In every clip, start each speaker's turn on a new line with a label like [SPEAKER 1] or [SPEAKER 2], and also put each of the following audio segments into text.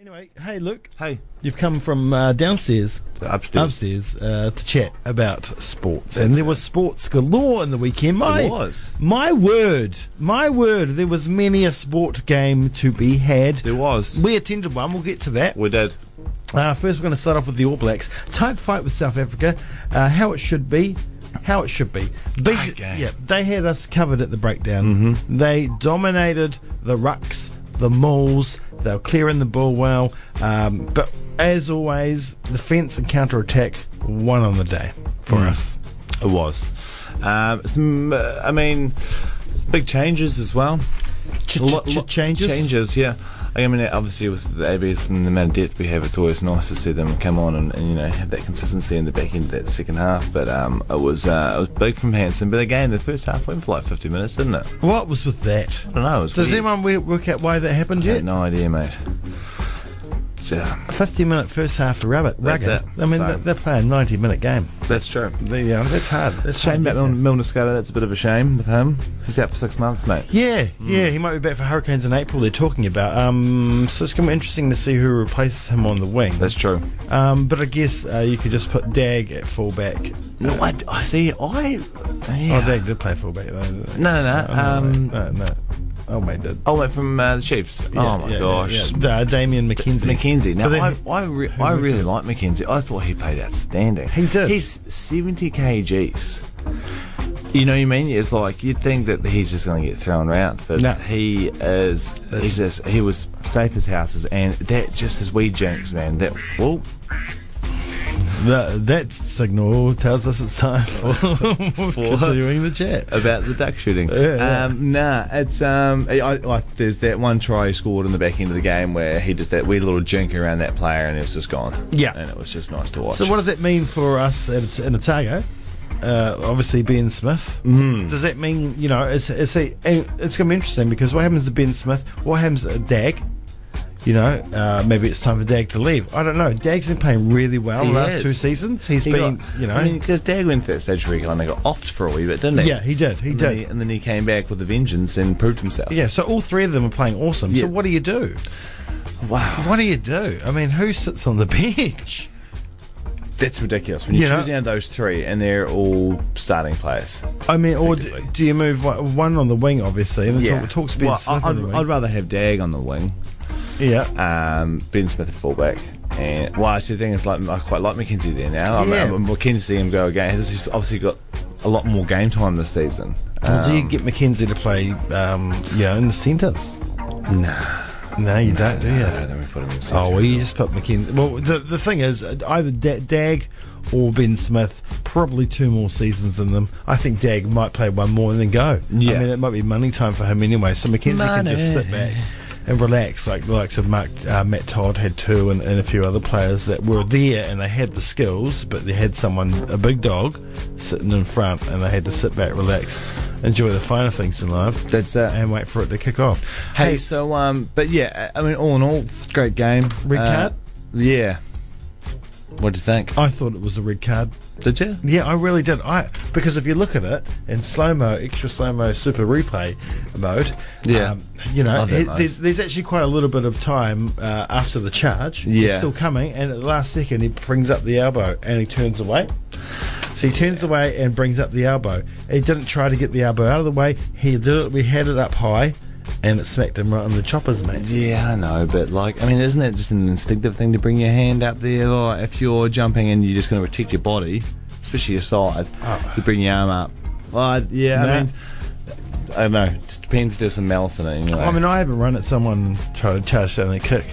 [SPEAKER 1] Anyway, hey Luke,
[SPEAKER 2] Hey,
[SPEAKER 1] you've come from uh, downstairs,
[SPEAKER 2] upstairs.
[SPEAKER 1] upstairs uh, to chat about sports, and there was sports galore in the weekend. My,
[SPEAKER 2] was.
[SPEAKER 1] my word, my word, there was many a sport game to be had.
[SPEAKER 2] There was.
[SPEAKER 1] We attended one. We'll get to that.
[SPEAKER 2] We did.
[SPEAKER 1] Uh, first, we're going to start off with the All Blacks. Tight fight with South Africa. Uh, how it should be. How it should be. Beat,
[SPEAKER 2] game.
[SPEAKER 1] yeah, they had us covered at the breakdown. They dominated the rucks, the mauls. They were clearing the ball well. Um, but as always, defence and counter attack won on the day for us.
[SPEAKER 2] It was. Um, some, uh, I mean, it's big changes as well.
[SPEAKER 1] Ch-
[SPEAKER 2] Lo-
[SPEAKER 1] ch-
[SPEAKER 2] lo-
[SPEAKER 1] ch- changes.
[SPEAKER 2] Changes, yeah. I mean, obviously, with the ABS and the amount of depth we have, it's always nice to see them come on and, and you know have that consistency in the back end of that second half. But um, it was uh, it was big from Hanson. But again, the first half went for like 50 minutes, didn't it?
[SPEAKER 1] What was with that?
[SPEAKER 2] I don't know. It was
[SPEAKER 1] Does
[SPEAKER 2] weird.
[SPEAKER 1] anyone we- work out why that happened
[SPEAKER 2] I
[SPEAKER 1] yet?
[SPEAKER 2] had no idea, mate. So,
[SPEAKER 1] 50 minute first half for Rabbit.
[SPEAKER 2] That's
[SPEAKER 1] rugged.
[SPEAKER 2] it.
[SPEAKER 1] I mean,
[SPEAKER 2] So-
[SPEAKER 1] they're, they're playing a 90 minute game.
[SPEAKER 2] that's true.
[SPEAKER 1] Yeah, that's hard. That's
[SPEAKER 2] Shame
[SPEAKER 1] hard
[SPEAKER 2] about Mil- Milner Scudder. That's a bit of a shame with him. He's out for six months, mate.
[SPEAKER 1] Yeah,
[SPEAKER 2] Hmm.
[SPEAKER 1] yeah, he might be back for Hurricanes in April. They're talking about. Um, so it's going to be interesting to see who replaces him on the wing.
[SPEAKER 2] That's true.
[SPEAKER 1] Um, but I guess uh, you could just put Dag at fullback.
[SPEAKER 2] No, I, I see. I
[SPEAKER 1] Oh,
[SPEAKER 2] yeah.
[SPEAKER 1] Dag did play fullback though. didn't he? Oh,
[SPEAKER 2] no, no, no. Um,
[SPEAKER 1] no, no. Oh, mate, did.
[SPEAKER 2] oh, wait, from uh, the Chiefs. oh my
[SPEAKER 1] Yeah,
[SPEAKER 2] gosh.
[SPEAKER 1] yeah, yeah. Uh, Damien McKenzie.
[SPEAKER 2] McKenzie. Now,
[SPEAKER 1] But then-
[SPEAKER 2] I, I, re- I really like McKenzie. I thought he played outstanding.
[SPEAKER 1] He did.
[SPEAKER 2] He's 70 kgs. You know what I mean? It's like you'd think that he's just going to get thrown around, but
[SPEAKER 1] No.
[SPEAKER 2] he is. He's just, he was safe as houses, and that just his wee jinx, man. That well,
[SPEAKER 1] That, that signal tells us it's time for, Oh, continuing the chat.
[SPEAKER 2] about the duck shooting.
[SPEAKER 1] yeah.
[SPEAKER 2] Um, nah, it's um, I, I, I- there's that one try he scored in the back end of the game where he just that weird little jink around that player and it's just gone.
[SPEAKER 1] Yeah.
[SPEAKER 2] and it was just nice to watch.
[SPEAKER 1] So, what does that mean for us at, in Otago? Uh, obviously, Ben Smith.
[SPEAKER 2] Mm-hmm.
[SPEAKER 1] Mm. Does that mean you know? It's it's a, and it's going to be interesting because what happens to Ben Smith? What happens to Dag? You know, uh, maybe it's time for Dag to leave. I don't know. Dag's been playing really well
[SPEAKER 2] He
[SPEAKER 1] the last
[SPEAKER 2] has.
[SPEAKER 1] two seasons. He's
[SPEAKER 2] He
[SPEAKER 1] been,
[SPEAKER 2] got-
[SPEAKER 1] you know,
[SPEAKER 2] I mean, because Dag went to that stage where he kind of got offed for a wee bit, didn't he?
[SPEAKER 1] yeah, he did, he
[SPEAKER 2] and then
[SPEAKER 1] did.
[SPEAKER 2] he, and then he came back with a vengeance and proved himself.
[SPEAKER 1] yeah, so all three of them are playing awesome.
[SPEAKER 2] Yeah.
[SPEAKER 1] So what do you do?
[SPEAKER 2] Wow,
[SPEAKER 1] What do you do? I mean, who sits on the bench?
[SPEAKER 2] that's ridiculous. When you're
[SPEAKER 1] Yeah.
[SPEAKER 2] choosing out those three and they're all starting players.
[SPEAKER 1] I mean, or d-
[SPEAKER 2] Effectively.
[SPEAKER 1] do you move one one on the wing, obviously, and yeah. talk, talks Ben
[SPEAKER 2] well,
[SPEAKER 1] Smith
[SPEAKER 2] I-
[SPEAKER 1] on the
[SPEAKER 2] I'd,
[SPEAKER 1] wing.
[SPEAKER 2] I'd rather have Dag on the wing
[SPEAKER 1] yeah.
[SPEAKER 2] um, Ben Smith at fullback. And well, actually, the thing is, like, I quite like McKenzie there now. I'm,
[SPEAKER 1] Yeah.
[SPEAKER 2] I'm, I'm keen to see him go again. He's he's obviously got a lot more game time this season.
[SPEAKER 1] Well, do you get McKenzie to play, um, you know, in the centres? Nah. No, you don't, do you?
[SPEAKER 2] I don't know, Uh, we put him in the
[SPEAKER 1] Oh, well, you just put McKenzie. Well, the, the thing is, uh, either Da- Dag or Ben Smith, probably two more seasons in them. I think Dag might play one more and then go. I
[SPEAKER 2] Yeah.
[SPEAKER 1] mean, it might be money time for him anyway, so McKenzie can just
[SPEAKER 2] Money.
[SPEAKER 1] sit back. And relax, like the likes of Mark, uh, Matt Todd had two, and, and a few other players that were there and they had the skills, but they had someone, a big dog, sitting in front, and they had to sit back, relax, enjoy the finer things in life,
[SPEAKER 2] That's uh, it.
[SPEAKER 1] and wait for it to kick off.
[SPEAKER 2] Hey, so um, but yeah, I I mean, all in all, great game. Uh,
[SPEAKER 1] Red card?
[SPEAKER 2] Yeah. What do you think?
[SPEAKER 1] I thought it was a red card.
[SPEAKER 2] Oh, Did you?
[SPEAKER 1] Yeah, I really did. I because if you look at it in slow mo, extra slow mo, super replay mode, um,
[SPEAKER 2] Yeah.
[SPEAKER 1] you know,
[SPEAKER 2] Love that
[SPEAKER 1] it-
[SPEAKER 2] mode.
[SPEAKER 1] there's, there's actually quite a little bit of time uh, after the charge.
[SPEAKER 2] Yeah.
[SPEAKER 1] He's still coming, and at the last second, he brings up the elbow and he turns away. So he turns away and brings up the elbow. He didn't try to get the elbow out of the way. He did it. We had it up high, and it smacked him right on the choppers, mate.
[SPEAKER 2] Yeah, I know, but like, I mean, isn't that just an instinctive thing to bring your hand up there? Like, if you're jumping and you're just going to protect your body, especially your side,
[SPEAKER 1] Oh.
[SPEAKER 2] you bring your arm up. Well, I- yeah,
[SPEAKER 1] Nah.
[SPEAKER 2] I mean, I don't know. It depends if there's some malice in it. Anyway.
[SPEAKER 1] I mean, I haven't run at someone trying to charge down their kick,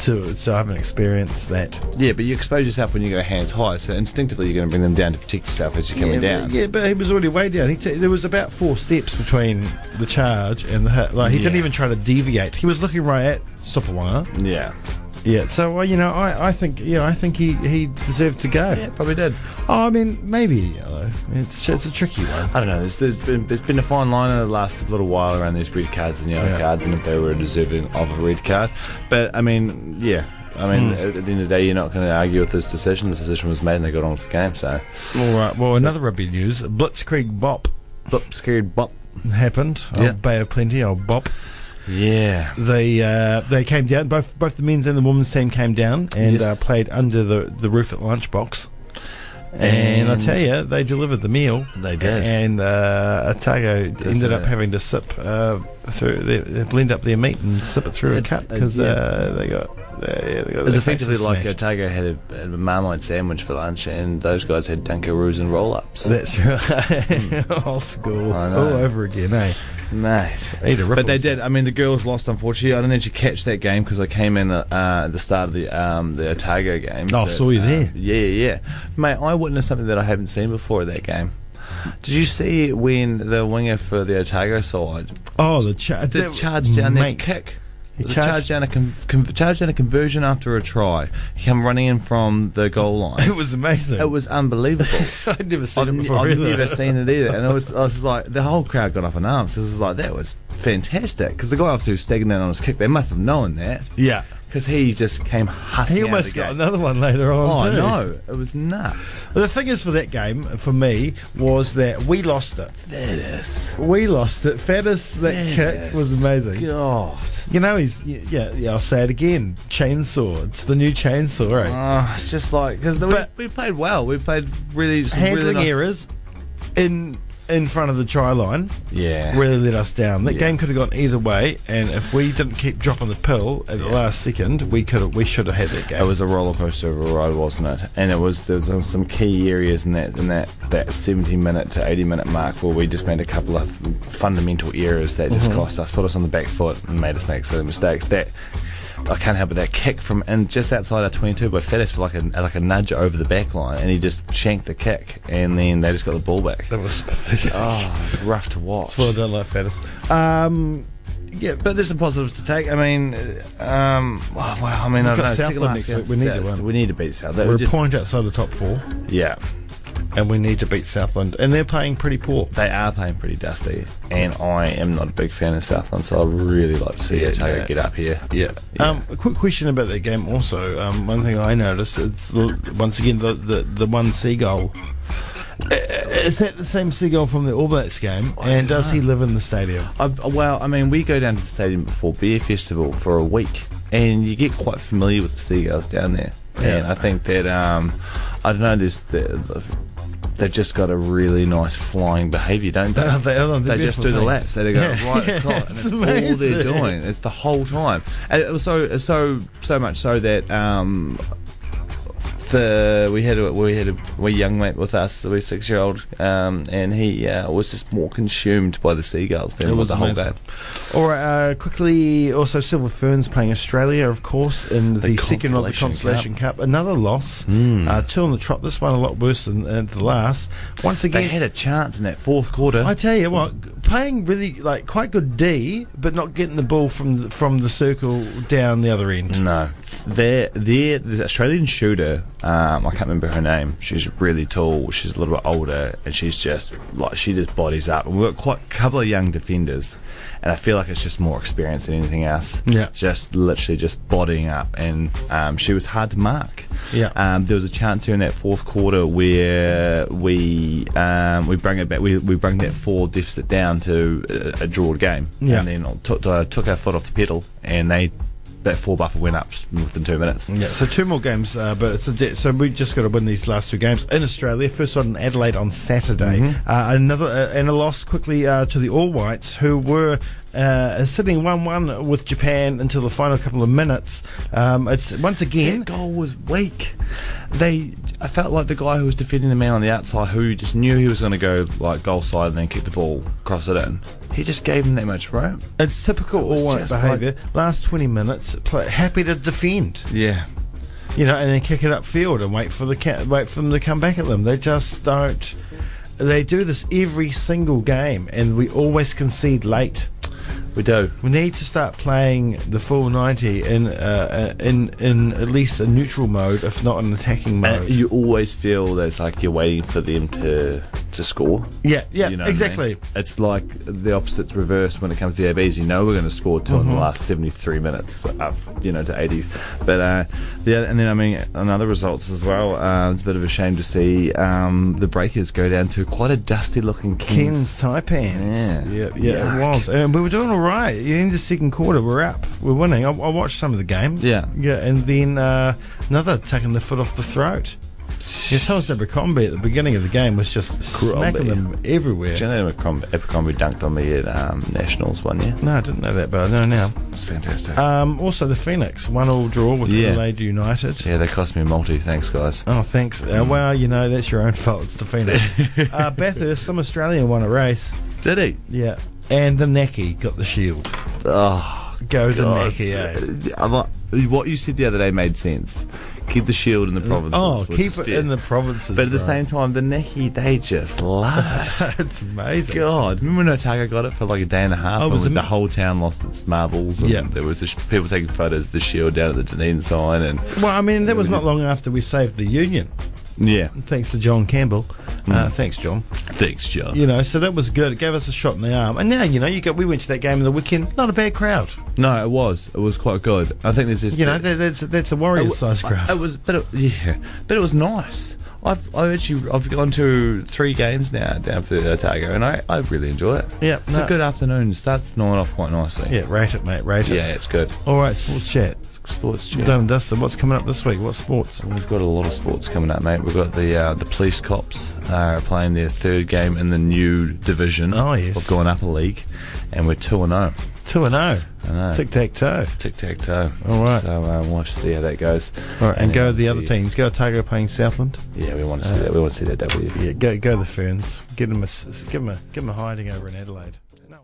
[SPEAKER 1] to so I haven't experienced that.
[SPEAKER 2] yeah, but you expose yourself when you go hands high, so instinctively you're going to bring them down to protect yourself as you're coming
[SPEAKER 1] yeah,
[SPEAKER 2] down.
[SPEAKER 1] But, yeah, but he was already way down. He t- there was about four steps between the charge and the hit. Like he didn't
[SPEAKER 2] Yeah.
[SPEAKER 1] even try to deviate. He was looking right at Sopawanga.
[SPEAKER 2] Yeah.
[SPEAKER 1] Yeah. So well, you know, I, I think you know, I think he, he deserved to go.
[SPEAKER 2] Yeah, probably did.
[SPEAKER 1] Oh, I mean, maybe a yellow. It's it's a tricky one.
[SPEAKER 2] I don't know. There's, there's been there's been a fine line in the last little while around these red cards and yellow
[SPEAKER 1] Yeah.
[SPEAKER 2] cards, and if they were deserving of a red card. But I mean, yeah. I mean, at, at the end of the day, you're not going to argue with this decision. The decision was made, and they got on with the game. So,
[SPEAKER 1] All right. Well, another rugby news: Blitzkrieg Bop
[SPEAKER 2] bop, scared, bop.
[SPEAKER 1] happened.
[SPEAKER 2] Yeah.
[SPEAKER 1] Old Bay of Plenty. Old Bop.
[SPEAKER 2] Yeah.
[SPEAKER 1] They uh, they came down. Both both the men's and the women's team came down and
[SPEAKER 2] Yes.
[SPEAKER 1] uh, played under the, the roof at lunchbox. And, I tell you, they delivered the meal.
[SPEAKER 2] They did.
[SPEAKER 1] And uh, Otago
[SPEAKER 2] Does
[SPEAKER 1] ended up
[SPEAKER 2] that-
[SPEAKER 1] having to sip uh, through, they, they blend up their meat and sip it through
[SPEAKER 2] It's-
[SPEAKER 1] a cup
[SPEAKER 2] uh,
[SPEAKER 1] because
[SPEAKER 2] yeah.
[SPEAKER 1] uh, they got. Uh, yeah, they got
[SPEAKER 2] It was
[SPEAKER 1] their faces
[SPEAKER 2] effectively like
[SPEAKER 1] smashed.
[SPEAKER 2] Otago had a, had a Marmite sandwich for lunch, and those guys had Dunkaroos and roll ups.
[SPEAKER 1] That's right. Old school.
[SPEAKER 2] I
[SPEAKER 1] All
[SPEAKER 2] know.
[SPEAKER 1] over again, eh?
[SPEAKER 2] Mate.
[SPEAKER 1] Eat a
[SPEAKER 2] But they
[SPEAKER 1] Ripples.
[SPEAKER 2] did. uh, I mean, the girls lost, unfortunately. I didn't actually catch that game because I came in uh, uh, at the start of the um, the Otago game.
[SPEAKER 1] Oh, I
[SPEAKER 2] But,
[SPEAKER 1] saw you
[SPEAKER 2] uh,
[SPEAKER 1] there.
[SPEAKER 2] yeah, yeah, yeah. Mate, I witnessed something that I haven't seen before at that game. Did you see when the winger for the Otago side
[SPEAKER 1] Oh, the, cha-
[SPEAKER 2] did
[SPEAKER 1] that-
[SPEAKER 2] charge down
[SPEAKER 1] mate.
[SPEAKER 2] that kick?
[SPEAKER 1] He
[SPEAKER 2] Charged,
[SPEAKER 1] charged-
[SPEAKER 2] down a con- con- charged down a conversion after a try. He come running in from the goal line.
[SPEAKER 1] It was amazing.
[SPEAKER 2] it was unbelievable.
[SPEAKER 1] I'd never seen
[SPEAKER 2] I've,
[SPEAKER 1] it
[SPEAKER 2] ne-
[SPEAKER 1] before.
[SPEAKER 2] I've
[SPEAKER 1] either.
[SPEAKER 2] never seen it either. And it was, I was just like, the whole crowd got up in arms. This is like, that was fantastic. Because the guy obviously was stagnant on his kick. They must have known that.
[SPEAKER 1] Yeah.
[SPEAKER 2] Because he just came hustling
[SPEAKER 1] He
[SPEAKER 2] out of
[SPEAKER 1] almost
[SPEAKER 2] the
[SPEAKER 1] got
[SPEAKER 2] gate.
[SPEAKER 1] another one later on.
[SPEAKER 2] Oh,
[SPEAKER 1] too.
[SPEAKER 2] no. It was nuts.
[SPEAKER 1] The thing is for that game, for me, was that we lost it.
[SPEAKER 2] That is.
[SPEAKER 1] We lost it. Faddis, that kick was amazing.
[SPEAKER 2] God.
[SPEAKER 1] You know, he's, y- yeah, yeah, I'll say it again. Chainsaw. It's the new chainsaw, eh? right?
[SPEAKER 2] Oh, it's just like, because
[SPEAKER 1] But-
[SPEAKER 2] we, we played well. We played really some really
[SPEAKER 1] Handling
[SPEAKER 2] nice-
[SPEAKER 1] errors in in front of the try line
[SPEAKER 2] Yeah.
[SPEAKER 1] really let us down. That
[SPEAKER 2] Yeah.
[SPEAKER 1] game could have gone either way, and if we didn't keep dropping the pill at the last second, we could have, we should have had that game.
[SPEAKER 2] It was a roller coaster of a ride, wasn't it? And it was there was um, some key areas in that in that, that seventy minute to eighty minute mark where we just made a couple of fundamental errors that just
[SPEAKER 1] Mm-hmm.
[SPEAKER 2] cost us, put us on the back foot, and made us make certain mistakes. That I can't help but that kick from and just outside our twenty two by Fettis for like a like a nudge over the back line, and he just shanked the kick, and then they just got the ball back.
[SPEAKER 1] that was pathetic.
[SPEAKER 2] Oh, it's rough to watch.
[SPEAKER 1] That's why I don't like Faddis. Um,
[SPEAKER 2] Yeah, but there's some positives to take. I mean, uh, um, well, well, I mean, I
[SPEAKER 1] got
[SPEAKER 2] don't
[SPEAKER 1] Southland
[SPEAKER 2] know. second last
[SPEAKER 1] next
[SPEAKER 2] game-
[SPEAKER 1] week. We need to
[SPEAKER 2] South-
[SPEAKER 1] win.
[SPEAKER 2] We need to beat South. That
[SPEAKER 1] we're
[SPEAKER 2] would
[SPEAKER 1] a
[SPEAKER 2] just-
[SPEAKER 1] point outside the top four,
[SPEAKER 2] Yeah.
[SPEAKER 1] and we need to beat Southland, and they're playing pretty poor.
[SPEAKER 2] They are playing pretty dusty, and I am not a big fan of Southland, so I'd really like to see
[SPEAKER 1] Yeah,
[SPEAKER 2] Otago
[SPEAKER 1] yeah.
[SPEAKER 2] get up here.
[SPEAKER 1] Yeah. Um, a quick question about that game. Also, um, one thing I noticed it's the, once again the, the, the one seagull. Uh, Is that the same seagull from the All Blacks game? and does he live in the stadium?
[SPEAKER 2] I, well, I mean, we go down to the stadium before Beer Festival for a week, and you get quite familiar with the seagulls down there. And
[SPEAKER 1] Yeah.
[SPEAKER 2] I think that, um, I don't know, there's, the- they've just got a really nice flying behaviour, don't they?
[SPEAKER 1] They- they're
[SPEAKER 2] they
[SPEAKER 1] beautiful
[SPEAKER 2] just do the
[SPEAKER 1] things.
[SPEAKER 2] laps. They go
[SPEAKER 1] Yeah.
[SPEAKER 2] right across, and
[SPEAKER 1] It's
[SPEAKER 2] it's all they're
[SPEAKER 1] amazing.
[SPEAKER 2] doing. It's the whole time, and it was so so so much so that um, the we had a, we had a we young mate with us, we six year old, um, and he uh, was just more consumed by the seagulls than
[SPEAKER 1] It
[SPEAKER 2] with
[SPEAKER 1] was
[SPEAKER 2] the whole
[SPEAKER 1] amazing.
[SPEAKER 2] game.
[SPEAKER 1] All right, uh, quickly, also Silver Ferns playing Australia, of course, in the, second round of the
[SPEAKER 2] Constellation Hmm.
[SPEAKER 1] Constellation Cup. Another loss, uh, two on the trot. This one a lot worse than, than the last. Once
[SPEAKER 2] They
[SPEAKER 1] again,
[SPEAKER 2] had a chance in that fourth quarter.
[SPEAKER 1] I tell you what, g- playing really like quite good D, but not getting the ball from the, from the circle down the other end.
[SPEAKER 2] No, they're, they're the Australian shooter. Um, I can't remember her name. She's really tall. She's a little bit older, and she's just like she just bodies up. And we've got quite a couple of young defenders, and I feel like it's just more experience than anything else.
[SPEAKER 1] Yeah.
[SPEAKER 2] just literally just bodying up, and um, she was hard to mark.
[SPEAKER 1] Yeah.
[SPEAKER 2] um, there was a chance here in that fourth quarter where we um, we bring it back. We we bring that four deficit down to a, a drawn game,
[SPEAKER 1] Yeah.
[SPEAKER 2] and then took uh, took our foot off the pedal, and they that four buffer went up within two minutes.
[SPEAKER 1] Yeah, so two more games, uh, but it's a de- so we just got to win these last two games in Australia. First one in Adelaide on Saturday.
[SPEAKER 2] Mm-hmm.
[SPEAKER 1] Uh, another uh, and a loss quickly uh, to the All Whites, who were uh, sitting one-one with Japan until the final couple of minutes. Um, it's once
[SPEAKER 2] Their
[SPEAKER 1] again
[SPEAKER 2] goal was weak. They, I felt like the guy who was defending the man on the outside, who just knew he was going to go like goal side and then kick the ball, cross it in. He just gave him that much room.
[SPEAKER 1] it's typical
[SPEAKER 2] was
[SPEAKER 1] All White
[SPEAKER 2] just like-
[SPEAKER 1] behaviour. last twenty minutes, play, happy to defend.
[SPEAKER 2] Yeah,
[SPEAKER 1] you know, and then kick it upfield and wait for the ca- wait for them to come back at them. They just don't. They do this every single game, and we always concede late.
[SPEAKER 2] we do.
[SPEAKER 1] We need to start playing the full ninety in uh, uh, in in at least a neutral mode, if not an attacking
[SPEAKER 2] And
[SPEAKER 1] mode.
[SPEAKER 2] you always feel that it's like you're waiting for them to to score.
[SPEAKER 1] Yeah, yeah,
[SPEAKER 2] You know what I mean?
[SPEAKER 1] exactly.
[SPEAKER 2] It's like the opposite's reverse when it comes to the ABs. You know we're going to score 2
[SPEAKER 1] Mm-hmm.
[SPEAKER 2] in the last 73 minutes up, you know, to 80. But uh, the other, and then I mean another results as well. Uh, it's a bit of a shame to see um, the Breakers go down to quite a dusty looking
[SPEAKER 1] Ken's
[SPEAKER 2] Kings.
[SPEAKER 1] Taipans.
[SPEAKER 2] Yeah.
[SPEAKER 1] Yeah, yeah, it
[SPEAKER 2] Yuck.
[SPEAKER 1] was. And we were doing all right. In the second quarter, we're up. We're winning. I, I watched some of the game.
[SPEAKER 2] Yeah.
[SPEAKER 1] Yeah, and then uh, another taking the foot off the throat. Yeah, Thomas Abercrombie at the beginning of the game was just smacking
[SPEAKER 2] Crombie.
[SPEAKER 1] them everywhere.
[SPEAKER 2] Jonathan Abercrom- Abercrombie dunked on me at um, Nationals one year.
[SPEAKER 1] no, I didn't know that, but I know now.
[SPEAKER 2] It's fantastic.
[SPEAKER 1] Um, also, the Phoenix, one all draw with
[SPEAKER 2] Yeah.
[SPEAKER 1] Adelaide United.
[SPEAKER 2] yeah, they cost me a multi. Thanks, guys.
[SPEAKER 1] Oh, thanks. Uh,
[SPEAKER 2] Mm.
[SPEAKER 1] well, you know, that's your own fault. It's the Phoenix. uh, Bathurst, some Australian won a race.
[SPEAKER 2] Did he?
[SPEAKER 1] Yeah. And the Naki got the shield.
[SPEAKER 2] Oh,
[SPEAKER 1] Go the
[SPEAKER 2] God.
[SPEAKER 1] Naki, eh?
[SPEAKER 2] I like- What you said the other day made sense. Keep the shield in the provinces.
[SPEAKER 1] Oh,
[SPEAKER 2] which
[SPEAKER 1] keep
[SPEAKER 2] is
[SPEAKER 1] it
[SPEAKER 2] fair.
[SPEAKER 1] in the provinces.
[SPEAKER 2] But at the
[SPEAKER 1] bro.
[SPEAKER 2] same time, the Neki, they just love it.
[SPEAKER 1] it's amazing.
[SPEAKER 2] God, remember when Otago got it for like a day and a half?
[SPEAKER 1] Oh, it
[SPEAKER 2] and
[SPEAKER 1] was
[SPEAKER 2] when the
[SPEAKER 1] ama-
[SPEAKER 2] whole town lost its marbles. And
[SPEAKER 1] Yeah.
[SPEAKER 2] There was the sh- people taking photos of the shield down at the Dunedin sign. And
[SPEAKER 1] Well, I mean, that was not long after we saved the union,
[SPEAKER 2] yeah,
[SPEAKER 1] thanks to John Campbell.
[SPEAKER 2] Hmm.
[SPEAKER 1] Uh, thanks, John.
[SPEAKER 2] thanks, John.
[SPEAKER 1] You know, so that was good. It gave us a shot in the arm. And now, you know, you got, we went to that game in the weekend. Not a bad crowd.
[SPEAKER 2] No, it was. It was quite good. I think there's this.
[SPEAKER 1] You know, that, that's that's a
[SPEAKER 2] Oh,
[SPEAKER 1] warrior sized crowd.
[SPEAKER 2] It was, but it, yeah, but it was nice. I've I actually I've gone to three games now down for Otago, and I, I really enjoy it.
[SPEAKER 1] Yeah,
[SPEAKER 2] it's
[SPEAKER 1] no.
[SPEAKER 2] a good afternoon. Starts snowing off quite nicely.
[SPEAKER 1] yeah, rate it, mate. Rate it.
[SPEAKER 2] yeah, it's good.
[SPEAKER 1] All right, sports chat.
[SPEAKER 2] Sports. Yeah.
[SPEAKER 1] Done and dusted. What's coming up this week? What sports?
[SPEAKER 2] We've got a lot of sports coming up, mate. We've got the uh, the police cops are playing their third game in the new division.
[SPEAKER 1] Oh, yes.
[SPEAKER 2] we've gone up a league, and we're two and oh. zero.
[SPEAKER 1] Two and oh. zero.
[SPEAKER 2] I know.
[SPEAKER 1] Tic tac toe.
[SPEAKER 2] Tic tac toe.
[SPEAKER 1] All right.
[SPEAKER 2] So uh, we'll have to see how that goes.
[SPEAKER 1] All right, and go the other
[SPEAKER 2] see-
[SPEAKER 1] teams. Go Otago playing Southland.
[SPEAKER 2] Yeah, we want to see that. We want to see that W.
[SPEAKER 1] Yeah, go go the Ferns. Give them a s- give them a give them a hiding over in Adelaide.